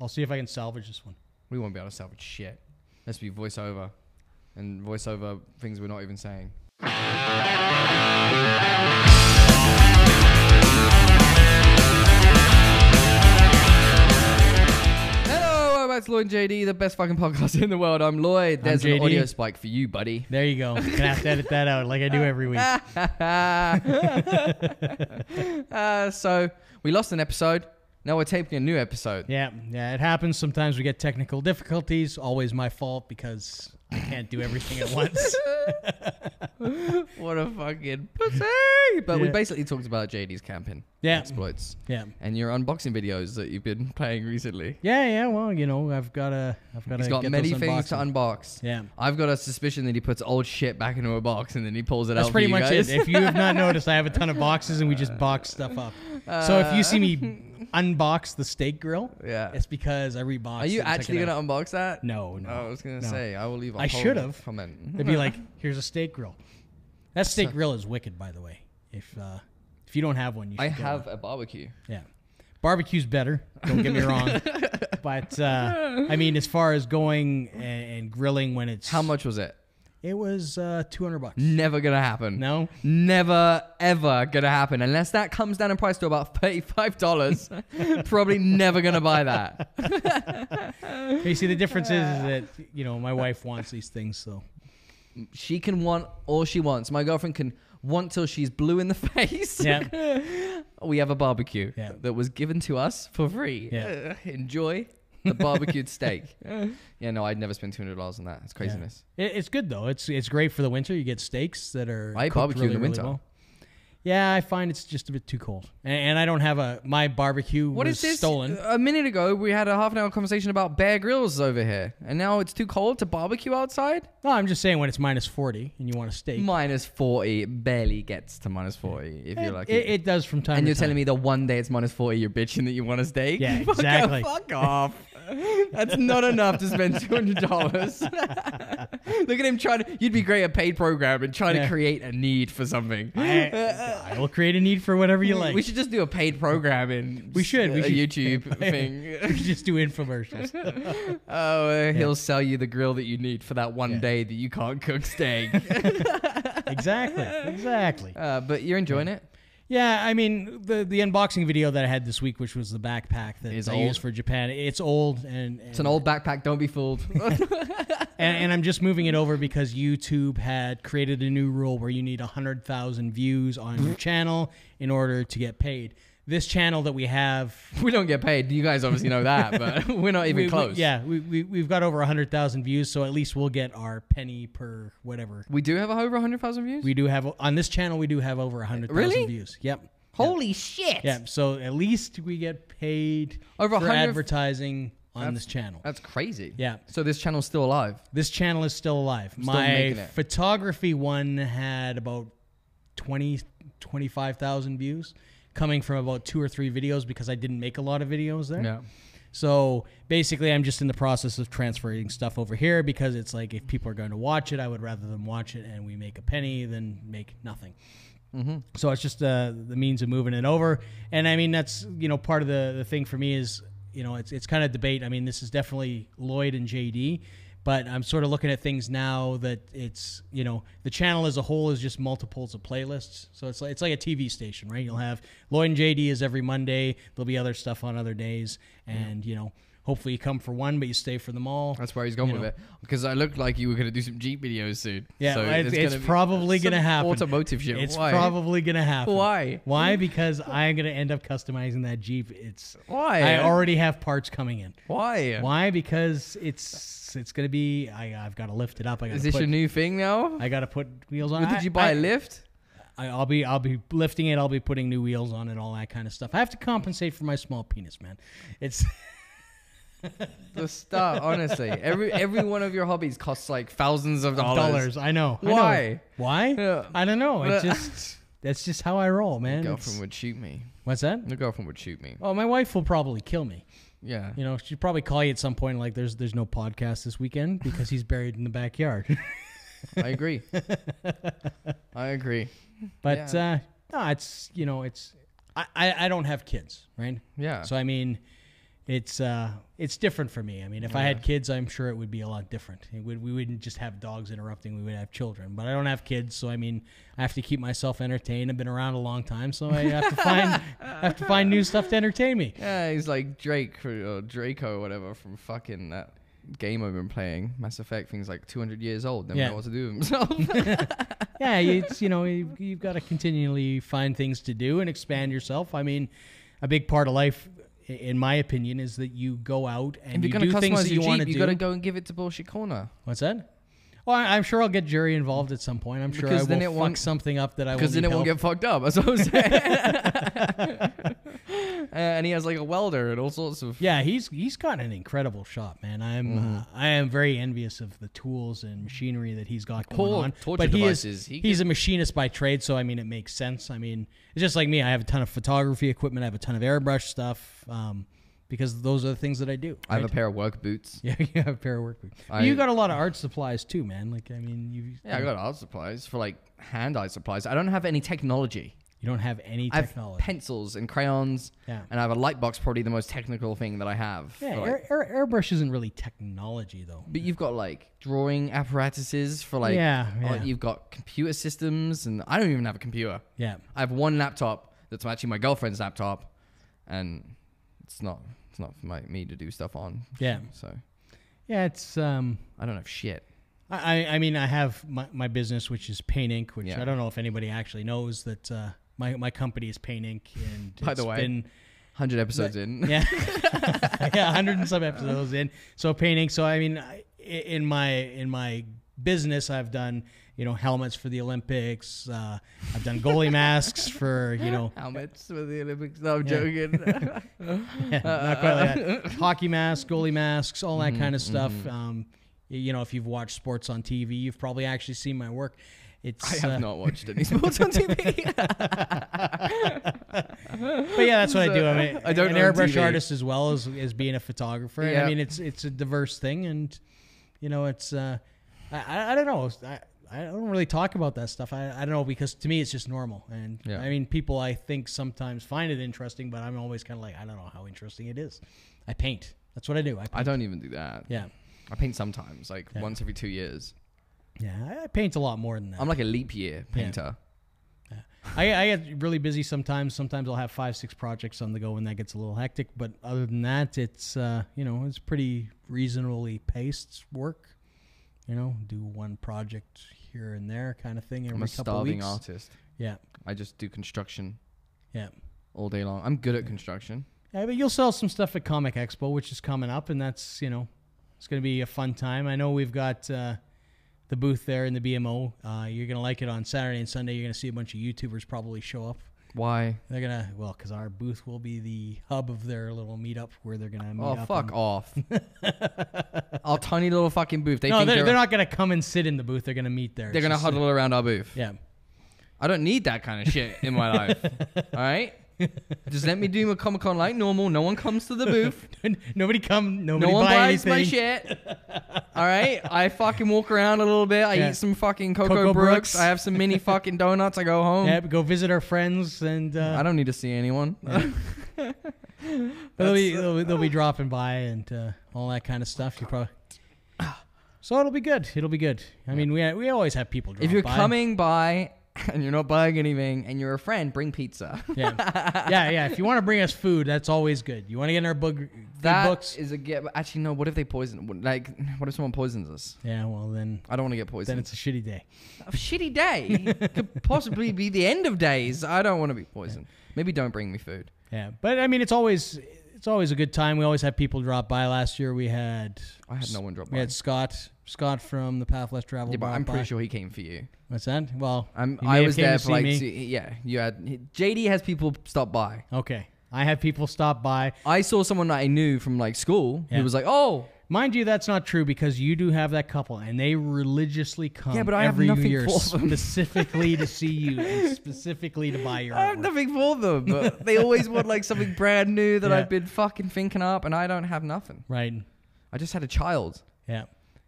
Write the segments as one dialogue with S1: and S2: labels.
S1: I'll see if I can salvage this one.
S2: We won't be able to salvage shit. That's be voiceover, and voiceover things we're not even saying. Hello, it's Lloyd and JD, the best fucking podcast in the world. I'm Lloyd. There's an
S1: JD.
S2: audio spike for you, buddy.
S1: There you go. Gonna have to edit that out like I do every week.
S2: uh, so we lost an episode. Now we're taping a new episode.
S1: Yeah, yeah, it happens. Sometimes we get technical difficulties. Always my fault because I can't do everything at once.
S2: What a fucking pussy! But we
S1: Yeah.
S2: basically talked about JD's camping
S1: Yeah,
S2: exploits
S1: yeah,
S2: and your unboxing videos that you've been playing recently.
S1: yeah, yeah. Well, you know, I've got to, I've got to.
S2: He's got
S1: get
S2: many
S1: those
S2: things to
S1: unboxing.
S2: unbox.
S1: Yeah.
S2: I've got a suspicion that he puts old shit back into a box and then he pulls it
S1: That's
S2: out.
S1: pretty
S2: for you
S1: much
S2: guys.
S1: it. If you have not noticed, I have a ton of boxes and we just box stuff up. so if you see me unbox the steak grill,
S2: yeah.
S1: it's because I reboxed.
S2: Uh, Are you
S1: it and took it
S2: actually gonna
S1: out.
S2: unbox that?
S1: No, no.
S2: I was gonna
S1: no.
S2: say I will leave. a
S1: I
S2: whole
S1: should've.
S2: comment. Hmm.
S1: They'd be like, "Here's a steak grill." That steak grill is wicked, by the way. If uh, if you don't have one, you should
S2: I
S1: get
S2: have
S1: One.
S2: a barbecue.
S1: Yeah, barbecue's better. Don't get me wrong, but uh, I mean, as far as going and, and grilling when it's
S2: How much was it?
S1: It was uh, two hundred bucks.
S2: Never gonna happen.
S1: No,
S2: Never ever gonna happen unless that comes down in price to about thirty-five dollars. Probably never gonna buy that.
S1: you see, the difference is, is that you know my wife wants these things, so
S2: She can want all she wants. My girlfriend can want till she's blue in the face.
S1: yeah,
S2: we have a barbecue
S1: Yeah.
S2: that was given to us for free.
S1: Yeah.
S2: Uh, enjoy the barbecued steak. Yeah, no, I'd never spend two hundred dollars on that. It's craziness.
S1: it, it's good though. It's it's great for the winter. You get steaks that are
S2: I eat
S1: cooked
S2: barbecue in
S1: really,
S2: the
S1: really
S2: winter.
S1: well. Yeah, I find it's just a bit too cold, and, and I don't have a my barbecue
S2: What
S1: was
S2: is this?
S1: stolen.
S2: A minute ago, we had a half an hour conversation about Bear grills over here, and now it's too cold to barbecue outside.
S1: No, I'm just saying when it's minus 40 and you want a steak,
S2: Minus 40 barely gets to minus 40 if you're
S1: it,
S2: lucky.
S1: it, it does from time
S2: and
S1: to
S2: you're
S1: time.
S2: telling me the one day it's minus 40, you're bitching that you want a steak?
S1: Yeah,
S2: Fuck
S1: exactly.
S2: off, Fuck off. That's not enough to spend $200. Look at him trying to, you'd be great at paid program and trying
S1: Yeah.
S2: to create a need for something.
S1: I, I will create a need for whatever you like.
S2: We should just do a paid program in
S1: We should, we
S2: a
S1: should.
S2: YouTube
S1: We
S2: thing.
S1: should just do infomercials.
S2: Oh, uh, he'll sell you the grill that you need for that one
S1: Yeah.
S2: day that you can't cook steak.
S1: exactly. Exactly.
S2: uh, but you're enjoying it.
S1: Yeah, I mean the the unboxing video that I had this week, which was the backpack that
S2: Is
S1: I
S2: old.
S1: used for Japan. It's old and, and
S2: It's an old backpack. Don't be fooled.
S1: and, and I'm just moving it over because YouTube had created a new rule where you need 100,000 views on your channel in order to get paid. This channel that we have
S2: we don't get paid. You guys obviously know that, but we're not even
S1: we- we-
S2: close.
S1: yeah, we, we, we've got over 100,000 views, so at least we'll get our penny per whatever.
S2: We do have over 100,000 views?
S1: We do have, on this channel, we do have over 100,000
S2: Really?
S1: views. Yep.
S2: Holy shit.
S1: Yep. So at least we get paid
S2: Over
S1: for
S2: 100
S1: advertising on this channel.
S2: That's crazy.
S1: Yeah.
S2: So this channel's still alive.
S1: This channel is still alive.
S2: still
S1: My
S2: making it.
S1: photography one had about 20, 25,000 views coming from about two or three videos because I didn't make a lot of videos there. So basically, I'm just in the process of transferring stuff over here because it's like if people are going to watch it, I would rather them watch it and we make a penny than make nothing. So it's just uh, the means of moving it over. And I mean, that's you know part of the the thing for me is you know it's it's kind of debate. I mean, this is definitely Lloyd and JD. But I'm sort of looking at things now that it's you know the channel as a whole is just multiples of playlists, so it's like it's like a TV station, right? You'll have Lloyd and JD is every Monday. There'll be other stuff on other days, and you know hopefully you come for one, but you stay for them all.
S2: That's where he's going
S1: You
S2: with
S1: know.
S2: it. Because I looked like you were going to do some Jeep videos soon.
S1: Yeah,
S2: So
S1: it's,
S2: there's
S1: it's
S2: gonna be
S1: probably
S2: some
S1: gonna happen.
S2: Automotive shit.
S1: It's
S2: Why?
S1: probably gonna happen.
S2: Why?
S1: Why? Because I'm gonna end up customizing that Jeep. It's
S2: Why?
S1: I already have parts coming in.
S2: Why?
S1: Why? Because it's it's gonna be. I I've got to lift it up. I got
S2: Is
S1: to
S2: this
S1: put.
S2: your new thing now?
S1: I got to put wheels on.
S2: What,
S1: it.
S2: did you buy
S1: I,
S2: a lift?
S1: I, I'll be I'll be lifting it. I'll be putting new wheels on it. All that kind of stuff. I have to compensate for my small penis, man. It's
S2: Just stop, honestly. Every every one of your hobbies costs like thousands of dollars.
S1: dollars. I know. I know.
S2: Why?
S1: Why?
S2: Yeah.
S1: I don't know. It
S2: But-
S1: just that's just how I roll, man.
S2: Your
S1: It's-
S2: girlfriend would shoot me.
S1: What's that?
S2: Your girlfriend would shoot me.
S1: Oh, my wife will probably kill me.
S2: Yeah.
S1: You know, she'd probably call you at some point like there's there's no podcast this weekend because he's buried in the backyard.
S2: I agree. I agree.
S1: but uh no, it's you know, it's I, I, I don't have kids, right?
S2: Yeah.
S1: So I mean, it's uh, it's different for me. I mean, if I had kids, I'm sure it would be a lot different. It would, we wouldn't just have dogs interrupting. We would have children. But I don't have kids, so I mean, I have to keep myself entertained. I've been around a long time, so I have to find I have to find new stuff to entertain me.
S2: Yeah, he's like Drake or Draco or whatever from fucking that game I've been playing, Mass Effect. Things like 200 years old, never
S1: Yeah.
S2: know what to do with himself.
S1: yeah, it's you know you, you've got to continually find things to do and expand yourself. I mean, a big part of life, i- in my opinion, is that you go out and
S2: if
S1: you
S2: you're gonna
S1: do things
S2: customize
S1: that
S2: your
S1: you want to
S2: Jeep,
S1: do.
S2: you gotta go and give it to Bullshit Corner.
S1: What's that? Well, I, I'm sure I'll get Jerry involved at some point. I'm sure
S2: Because
S1: I
S2: then
S1: will
S2: it
S1: fuck
S2: won't-
S1: something up that I will
S2: Because then
S1: need
S2: it won't
S1: help.
S2: get fucked up. That's what I'm saying. Uh, and he has like a welder and all sorts of.
S1: Yeah, he's he's got an incredible shop, man. I'm
S2: Mm-hmm.
S1: uh, I am very envious of the tools and machinery that he's got going
S2: Poor
S1: on.
S2: torture
S1: but he
S2: devices.
S1: is
S2: He
S1: he's a machinist by trade, so I mean it makes sense. I mean it's just like me. I have a ton of photography equipment. I have a ton of airbrush stuff um, because those are the things that I do.
S2: I have a
S1: right?
S2: pair of work boots.
S1: yeah, you have a pair of work. boots. But
S2: I-
S1: you got a lot of art supplies too, man. Like I mean, you
S2: Yeah, I got art supplies for like hand eye supplies. I don't have any technology.
S1: you don't have any
S2: I have
S1: technology.
S2: pencils and crayons,
S1: Yeah.
S2: and I have a light box, probably the most technical thing that I have.
S1: yeah,
S2: for, like-
S1: air, air, airbrush isn't really technology though.
S2: but you've got like drawing apparatuses for like,
S1: Yeah,
S2: oh,
S1: yeah.
S2: you've got computer systems, and I don't even have a computer.
S1: Yeah.
S2: I have one laptop that's actually my girlfriend's laptop, and it's not it's not for my, me to do stuff on.
S1: Yeah.
S2: So
S1: Yeah, it's um
S2: I don't have shit.
S1: I, I- I mean, I have my, my business, which is Paint Inc., which
S2: Yeah.
S1: I don't know if anybody actually knows that uh, my, my company is Paint Inc. And
S2: By the
S1: it's
S2: way.
S1: been,
S2: Hundred episodes in.
S1: yeah, yeah, 100 and some episodes in. So Paint Inc. So I mean, I, i- in my in my business, I've done you know helmets for the Olympics. Uh, I've done goalie masks for you know
S2: Helmets for the Olympics. No, I'm
S1: Yeah.
S2: joking.
S1: Yeah, not quite like that. Mm-hmm, Hockey masks, goalie masks, all that kind of stuff. Um, y- you know, if you've watched sports on TV, you've probably actually seen my work. It's
S2: I
S1: uh,
S2: have not watched any sports on TV.
S1: But yeah, that's what I do. I mean,
S2: I don't
S1: an
S2: own
S1: airbrush
S2: TV.
S1: artist as well as as being a photographer. And
S2: Yeah.
S1: I mean, it's it's a diverse thing, and you know, it's uh, I- I I don't know. I, I don't really talk about that stuff. I, I don't know because to me it's just normal. And
S2: Yeah.
S1: I mean, people I think sometimes find it interesting, but I'm always kind of like I don't know how interesting it is. I paint. That's what I do. I
S2: I don't even do that.
S1: yeah
S2: I paint sometimes, like
S1: Yeah.
S2: once every two years.
S1: yeah I- I paint a lot more than that.
S2: I'm like a leap year painter.
S1: I, I get really busy sometimes. Sometimes I'll have five, six projects on the go, and that gets a little hectic. But other than that, it's uh, you know it's pretty reasonably paced work. You know, do one project here and there, kind of thing every
S2: I'm a
S1: couple of
S2: starving
S1: weeks.
S2: artist.
S1: Yeah,
S2: I just do construction
S1: yeah,
S2: all day long. I'm good at construction.
S1: yeah. But you'll sell some stuff at Comic Expo, which is coming up, and that's you know it's going to be a fun time. I know we've got. Uh, the booth there in the BMO. Uh, you're going to like it on Saturday and Sunday. You're going to see a bunch of YouTubers probably show up.
S2: Why?
S1: They're gonna well, because our booth will be the hub of their little meetup where they're gonna meet
S2: Oh
S1: up.
S2: fuck
S1: and-
S2: off! our tiny little fucking booth. They
S1: no,
S2: think
S1: they're,
S2: they're,
S1: they're not gonna come and sit in the booth. They're gonna meet there.
S2: they're
S1: It's
S2: gonna
S1: just-
S2: huddle around our booth.
S1: Yeah,
S2: I don't need that kind of shit in my life. All right, just let me do my Comic Con like normal. No one comes to the booth.
S1: nobody come. Nobody
S2: No one
S1: buy
S2: buys my
S1: anything.
S2: shit. All right, I fucking walk around a little bit. I
S1: Yeah.
S2: eat some fucking Cocoa,
S1: Cocoa
S2: Brooks.
S1: Brooks.
S2: I have some mini fucking donuts. I go home.
S1: Yeah, but go visit our friends, and
S2: I
S1: uh,
S2: don't need to see anyone.
S1: they'll, be, they'll, be- they'll be dropping by and uh, all that kind of stuff. You probably. So it'll be good. It'll be good. I mean, we we always have people. Drop
S2: if you're
S1: by.
S2: coming by and you're not buying anything and you're a friend, bring pizza.
S1: yeah, yeah, yeah. If you want to bring us food, that's always good. You want to get in our book,
S2: That is
S1: books.
S2: a get. Actually, no. What if they poison? what- Like, what if someone poisons us?
S1: yeah, well then,
S2: I don't want to get
S1: then
S2: poisoned.
S1: it's a shitty day.
S2: a shitty day. Could possibly be the end of days. I don't want to be poisoned. Maybe don't bring me food.
S1: Yeah, but I mean, it's always it's always a good time. We always have people drop by. Last year we had
S2: I had no one drop
S1: we
S2: by.
S1: had Scott Scott from the Pathless Travel.
S2: Yeah, but
S1: drop
S2: I'm pretty
S1: by.
S2: sure he came for you.
S1: What's that? Well,
S2: I'm.
S1: he may
S2: I
S1: have
S2: was
S1: came to
S2: there for
S1: see
S2: like.
S1: me.
S2: Two, yeah, you had. JD has people stop by.
S1: Okay, I have people stop by.
S2: I saw someone that I knew from like school
S1: Yeah.
S2: who was like, "Oh,
S1: Mind you, that's not true because you do have that couple, and they religiously come.
S2: Yeah, but I have
S1: every
S2: nothing
S1: year
S2: for them.
S1: specifically to see you, and specifically to buy your.
S2: I have
S1: artwork.
S2: nothing for them." But they always want like something brand new that
S1: Yeah.
S2: I've been fucking thinking up, and I don't have nothing.
S1: Right.
S2: I just had a child.
S1: Yeah.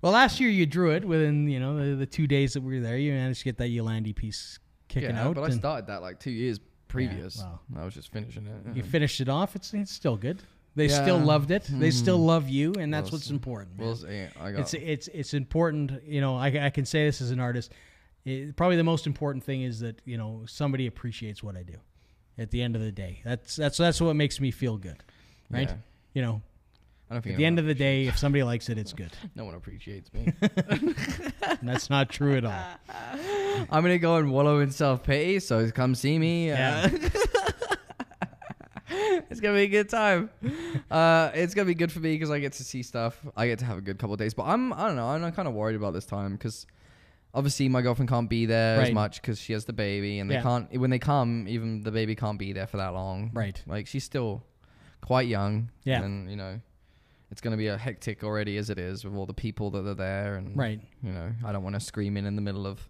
S1: Well, last year you drew it within you know the, the two days that we were there. You managed to get that Yolandi piece kicking
S2: yeah,
S1: out.
S2: but I
S1: and-
S2: started that like two years previous.
S1: wow.
S2: I was just finishing it.
S1: You finished it off. It's it's still good. They still
S2: Mm-hmm. Yeah. Hmm.
S1: loved it. They still love you, and that's
S2: Well,
S1: what's
S2: s-
S1: important.
S2: We'll
S1: man.
S2: see. I got.
S1: it's it's it's important. You know, I, I can say this as an artist. It, probably the most important thing is that you know somebody appreciates what I do. At the end of the day, that's that's that's what makes me feel good, right?
S2: Yeah.
S1: You know,
S2: I don't think
S1: at the end of the day, if somebody likes it, it's good.
S2: no one appreciates me.
S1: And that's not true at all.
S2: I'm gonna go and wallow in self pity. So come see me.
S1: Yeah.
S2: Uh, it's gonna be a good time. Uh, it's gonna be good for me because I get to see stuff. I get to have a good couple of days. But I'm I don't know. I'm kind of worried about this time because obviously my girlfriend can't be there as
S1: Right.
S2: much because she has the baby, and they
S1: Yeah.
S2: can't when they come. Even the baby can't be there for that long.
S1: Right.
S2: Like she's still quite young.
S1: Yeah.
S2: And you know. It's gonna be a hectic already as it is with all the people that are there and
S1: Right.
S2: you know, I don't want to scream in in the middle of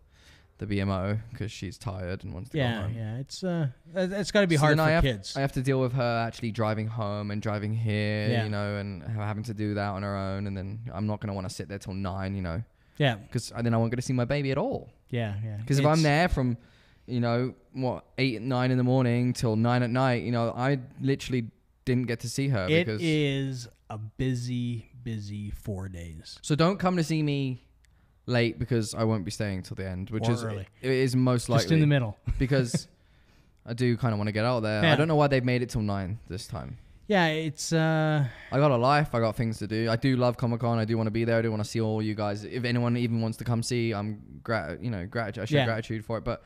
S2: the BMO because she's tired and wants to go
S1: Yeah,
S2: home.
S1: yeah. It's uh, it- it's got to be
S2: So
S1: hard
S2: then
S1: for
S2: I have,
S1: kids.
S2: I have to deal with her actually driving home and driving here,
S1: Yeah.
S2: you know, and her having to do that on her own. And then I'm not going to want to sit there till nine, you know,
S1: yeah,
S2: because then I won't get to see my baby at all.
S1: yeah, yeah.
S2: Because if I'm
S1: It's-
S2: there from, you know, what, eight, nine in the morning till nine at night, you know, I literally didn't get to see her.
S1: It
S2: Uh, because
S1: is a busy, busy four days.
S2: So don't come to see me late because I won't be staying till the end, which
S1: Or
S2: is
S1: early.
S2: it is most likely
S1: Just in the middle.
S2: because I do kind of want to get out there. I
S1: Yeah.
S2: don't know why they've made it till nine this time.
S1: Yeah, it's uh,
S2: I got a life. I got things to do. I do love Comic Con. I do want to be there. I do want to see all you guys. If anyone even wants to come see, I'm grat. You know, gratitude. I show
S1: Yeah.
S2: gratitude for it. But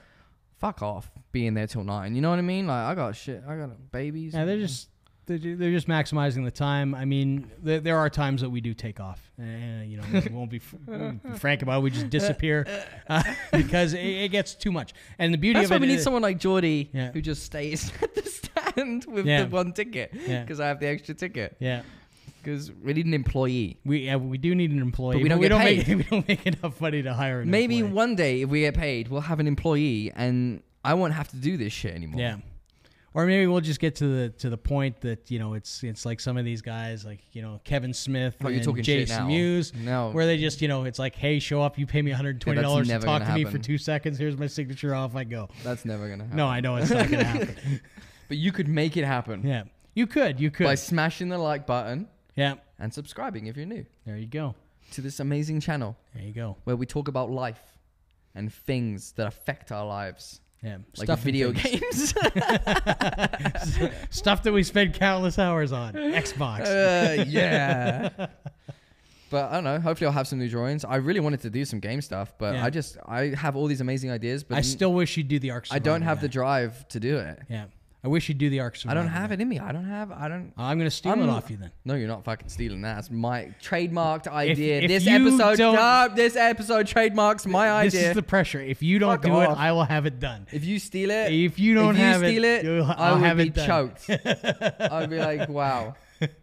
S2: fuck off being there till nine. You know what I mean? Like I got shit. I got babies.
S1: yeah, they're just they're, ju- they're just maximizing the time. I mean, there, there are times that we do take off, and you know, we won't be, fr- we'll be frank about it. We just disappear uh, because it, it gets too much. And the beauty
S2: That's
S1: of
S2: why
S1: it
S2: we need
S1: is-
S2: someone like Geordie
S1: Yeah.
S2: who just stays at the stand with
S1: Yeah.
S2: the one ticket
S1: Yeah.
S2: because I have the extra ticket.
S1: Yeah,
S2: Because we need an employee.
S1: we yeah, we do need an employee,
S2: But we don't
S1: we
S2: get
S1: don't
S2: paid.
S1: make we don't make enough money to hire an
S2: Maybe
S1: employee.
S2: one day if we get paid, we'll have an employee, and I won't have to do this shit anymore.
S1: Yeah. Or maybe we'll just get to the to the point that you know it's it's like some of these guys like you know Kevin Smith
S2: Oh,
S1: and
S2: you're talking shit
S1: Jason
S2: now.
S1: Mewes,
S2: No.
S1: where they just you know it's like hey show up you pay me 120 dollars
S2: Yeah,
S1: to
S2: that's never
S1: talk to
S2: gonna
S1: me for
S2: happen.
S1: two seconds here's my signature off I go
S2: That's never gonna happen.
S1: no I know it's not gonna happen
S2: but you could make it happen
S1: yeah you could you could
S2: by smashing the like button
S1: yeah
S2: and subscribing if you're new
S1: there you go
S2: to this amazing channel
S1: there you go
S2: where we talk about life and things that affect our lives,
S1: yeah
S2: like
S1: Stuff and
S2: video
S1: things.
S2: games.
S1: stuff that we spend countless hours on Xbox
S2: Uh, yeah. But I don't know. Hopefully, I'll have some new drawings. I really wanted to do some game stuff, but
S1: Yeah.
S2: I just I have all these amazing ideas, but
S1: I
S2: n-
S1: still wish you'd do the Ark
S2: I don't
S1: Survival
S2: have the
S1: guy.
S2: drive to do it.
S1: yeah I wish you'd do the Ark
S2: I
S1: Survival
S2: don't have
S1: guy.
S2: it in me. I don't have. I don't.
S1: I'm gonna steal
S2: I'm-
S1: it off you then
S2: No, you're not fucking stealing that. That's my trademarked idea.
S1: if
S2: this
S1: you
S2: episode,
S1: don't-
S2: no, this episode trademarks my
S1: This
S2: idea.
S1: is the pressure. If you don't
S2: Fuck
S1: do
S2: off.
S1: it, I will have it done.
S2: if you steal it,
S1: If you don't have it,
S2: steal it,
S1: you'll-
S2: I
S1: I'll
S2: would
S1: have
S2: be
S1: it done.
S2: choked. I would be like, wow.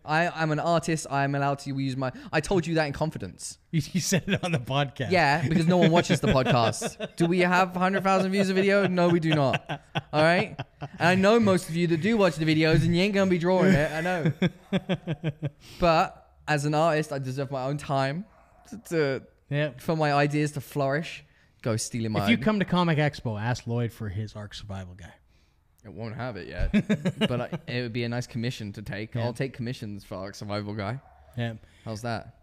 S2: I, I'm an artist. I am allowed to use my. I told you that in confidence.
S1: You, you said it on the podcast.
S2: Yeah, because no one watches the podcast. Do we have 100,000 views a video? No, we do not. All right? And I know most of you that do watch the videos and you ain't going to be drawing it. I know. But as an artist, I deserve my own time to, to,
S1: Yeah.
S2: for my ideas to flourish. Go stealing my
S1: If you come to Comic Expo, ask Lloyd for his Ark Survival guy.
S2: It won't have it yet. but I, it would be a nice commission to take. I'll take commissions for Ark Survival Guy.
S1: Yeah.
S2: How's that?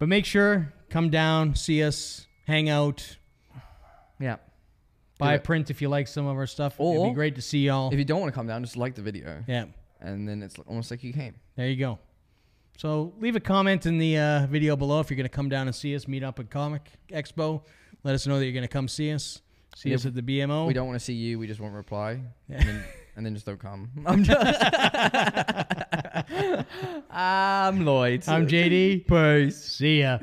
S1: But make sure come down, see us, hang out,
S2: Yeah.
S1: buy a
S2: it.
S1: print if you like some of our stuff. It'd
S2: Or-
S1: be great to see y'all.
S2: If you don't want to come down, just like the video.
S1: yeah.
S2: And then it's almost like you came.
S1: There you go. So leave a comment in the uh, video below if you're going to come down and see us, meet up at Comic Expo. Let us know that you're going to come see us. See
S2: And
S1: us
S2: if
S1: at the BMO.
S2: we don't want to see you. We just won't reply, and, then, and then just don't come. I'm, just I'm Lloyd.
S1: I'm JD. Peace. See ya.